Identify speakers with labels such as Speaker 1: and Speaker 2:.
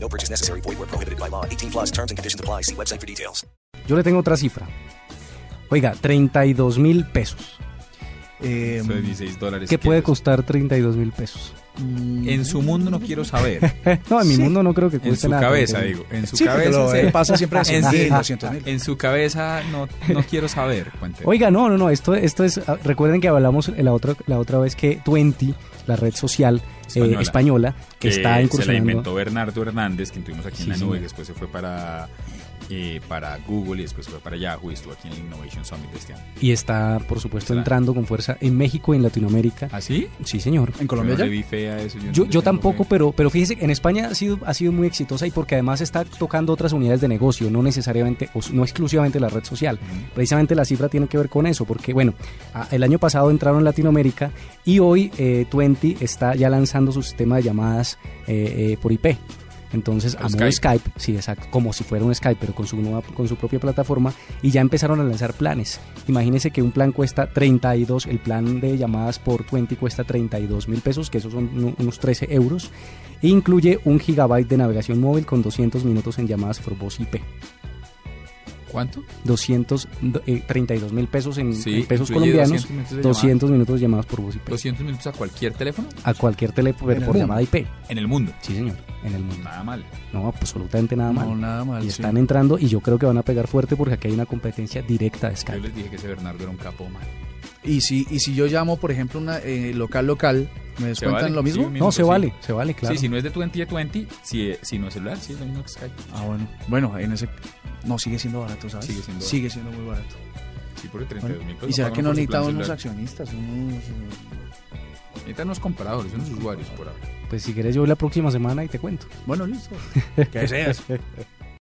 Speaker 1: No purchase necessary. Void where prohibited by law. 18 plus terms and conditions apply. See website for details.
Speaker 2: Yo le tengo otra cifra. Oiga, 32 mil pesos. Eh,
Speaker 3: Eso de 16 dólares.
Speaker 2: ¿Qué puede
Speaker 3: quieres.
Speaker 2: costar 32 mil pesos? Eh,
Speaker 3: En su mundo no quiero saber.
Speaker 2: No, en mi mundo no creo que cueste
Speaker 3: En su
Speaker 2: nada.
Speaker 3: cabeza,
Speaker 2: 32.000.
Speaker 3: digo. En su
Speaker 4: Sí, porque
Speaker 3: cabeza.
Speaker 4: lo
Speaker 2: eh,
Speaker 3: sí.
Speaker 4: él pasa siempre a
Speaker 3: En
Speaker 4: 100 mil,
Speaker 3: sí.
Speaker 4: 200 mil.
Speaker 3: En su cabeza no, no quiero saber. cuénteme.
Speaker 2: Oiga, no, no, no, esto, esto es, ah, recuerden que hablamos la otra, la otra vez que Twenty, la red social eh, española,
Speaker 3: Española.
Speaker 2: que, está
Speaker 3: se la
Speaker 2: incursionando.
Speaker 3: inventó Bernardo Hernández, que tuvimos aquí
Speaker 2: Sí,
Speaker 3: en la nube,
Speaker 2: señor.
Speaker 3: y después se fue para, eh, para Google y después fue para Yahoo y estuvo aquí en el Innovation Summit de este año.
Speaker 2: Y está, por supuesto,
Speaker 3: Claro.
Speaker 2: entrando con fuerza en México y en Latinoamérica.
Speaker 3: ¿Ah, sí?
Speaker 2: Sí, señor.
Speaker 4: ¿En
Speaker 3: Yo no
Speaker 4: Colombia ya?
Speaker 3: le vi fe a eso. Yo, no
Speaker 2: Yo,
Speaker 3: le
Speaker 2: yo
Speaker 3: tengo
Speaker 2: tampoco,
Speaker 3: fe.
Speaker 2: pero, pero fíjese, en España ha sido, ha sido muy exitosa y porque además está tocando otras unidades de negocio, no necesariamente, o s- no exclusivamente la red social. Precisamente la cifra tiene que ver con eso, porque bueno, a- el año pasado entraron en Latinoamérica y hoy eh, Twenty está ya lanzando su sistema de llamadas eh, eh, por IP. Entonces, a
Speaker 3: Por
Speaker 2: modo
Speaker 3: Skype.
Speaker 2: Skype, sí, exacto, como si fuera un Skype, pero con su, nueva, con su propia plataforma, y ya empezaron a lanzar planes. Imagínense que un plan cuesta 32, el plan de llamadas por 20 cuesta 32 mil pesos, que esos son nu- unos 13 euros, e incluye un gigabyte de navegación móvil con 200 minutos en llamadas por voz IP.
Speaker 3: ¿Cuánto?
Speaker 2: eh, 232 mil pesos en, en pesos
Speaker 3: incluye
Speaker 2: colomdianos, 200
Speaker 3: minutos de
Speaker 2: minutos,
Speaker 3: llamada.
Speaker 2: de llamadas por voz IP.
Speaker 3: 200 minutos a cualquier teléfono
Speaker 2: A cualquier teléfono
Speaker 4: En el
Speaker 2: por
Speaker 4: mundo.
Speaker 2: llamada IP.
Speaker 3: en el mundo.
Speaker 2: Sí, señor, en el mundo.
Speaker 3: Nada mal.
Speaker 2: No, absolutamente nada mal.
Speaker 4: No, nada
Speaker 3: Ah,
Speaker 4: mal.
Speaker 2: y
Speaker 4: sí.
Speaker 2: están entrando y yo creo que van a pegar fuerte porque aquí hay una competencia directa de
Speaker 3: Yo
Speaker 2: Skype.
Speaker 3: les dije que ese Bernardo era un capo mal.
Speaker 4: Y si, y si yo llamo, por ejemplo, una eh, local local, ¿me
Speaker 3: vale?
Speaker 4: descuentan lo
Speaker 3: Sí,
Speaker 4: mismo?
Speaker 3: un
Speaker 2: No,
Speaker 3: minuto,
Speaker 2: se
Speaker 3: sí.
Speaker 2: vale, se vale, claro.
Speaker 3: Sí, si no es de 20 a 20, si, si no es celular, sí es lo mismo que Skype.
Speaker 4: Ah, bueno. Bueno, en ese. No, sigue siendo barato, ¿sabes?
Speaker 3: Sigue siendo
Speaker 4: Sigue siendo muy barato.
Speaker 3: Sí, por el
Speaker 4: Bueno,
Speaker 3: 32 mil pesos.
Speaker 4: ¿Y será
Speaker 3: pagan
Speaker 4: que no
Speaker 3: por su
Speaker 4: necesitamos
Speaker 3: plan
Speaker 4: unos
Speaker 3: celular.
Speaker 4: accionistas? Unos, eh,
Speaker 3: Necesitan unos compradores, unos usuarios por ahora.
Speaker 2: Pues si quieres yo voy la próxima semana y te cuento.
Speaker 4: Bueno, listo. que deseas?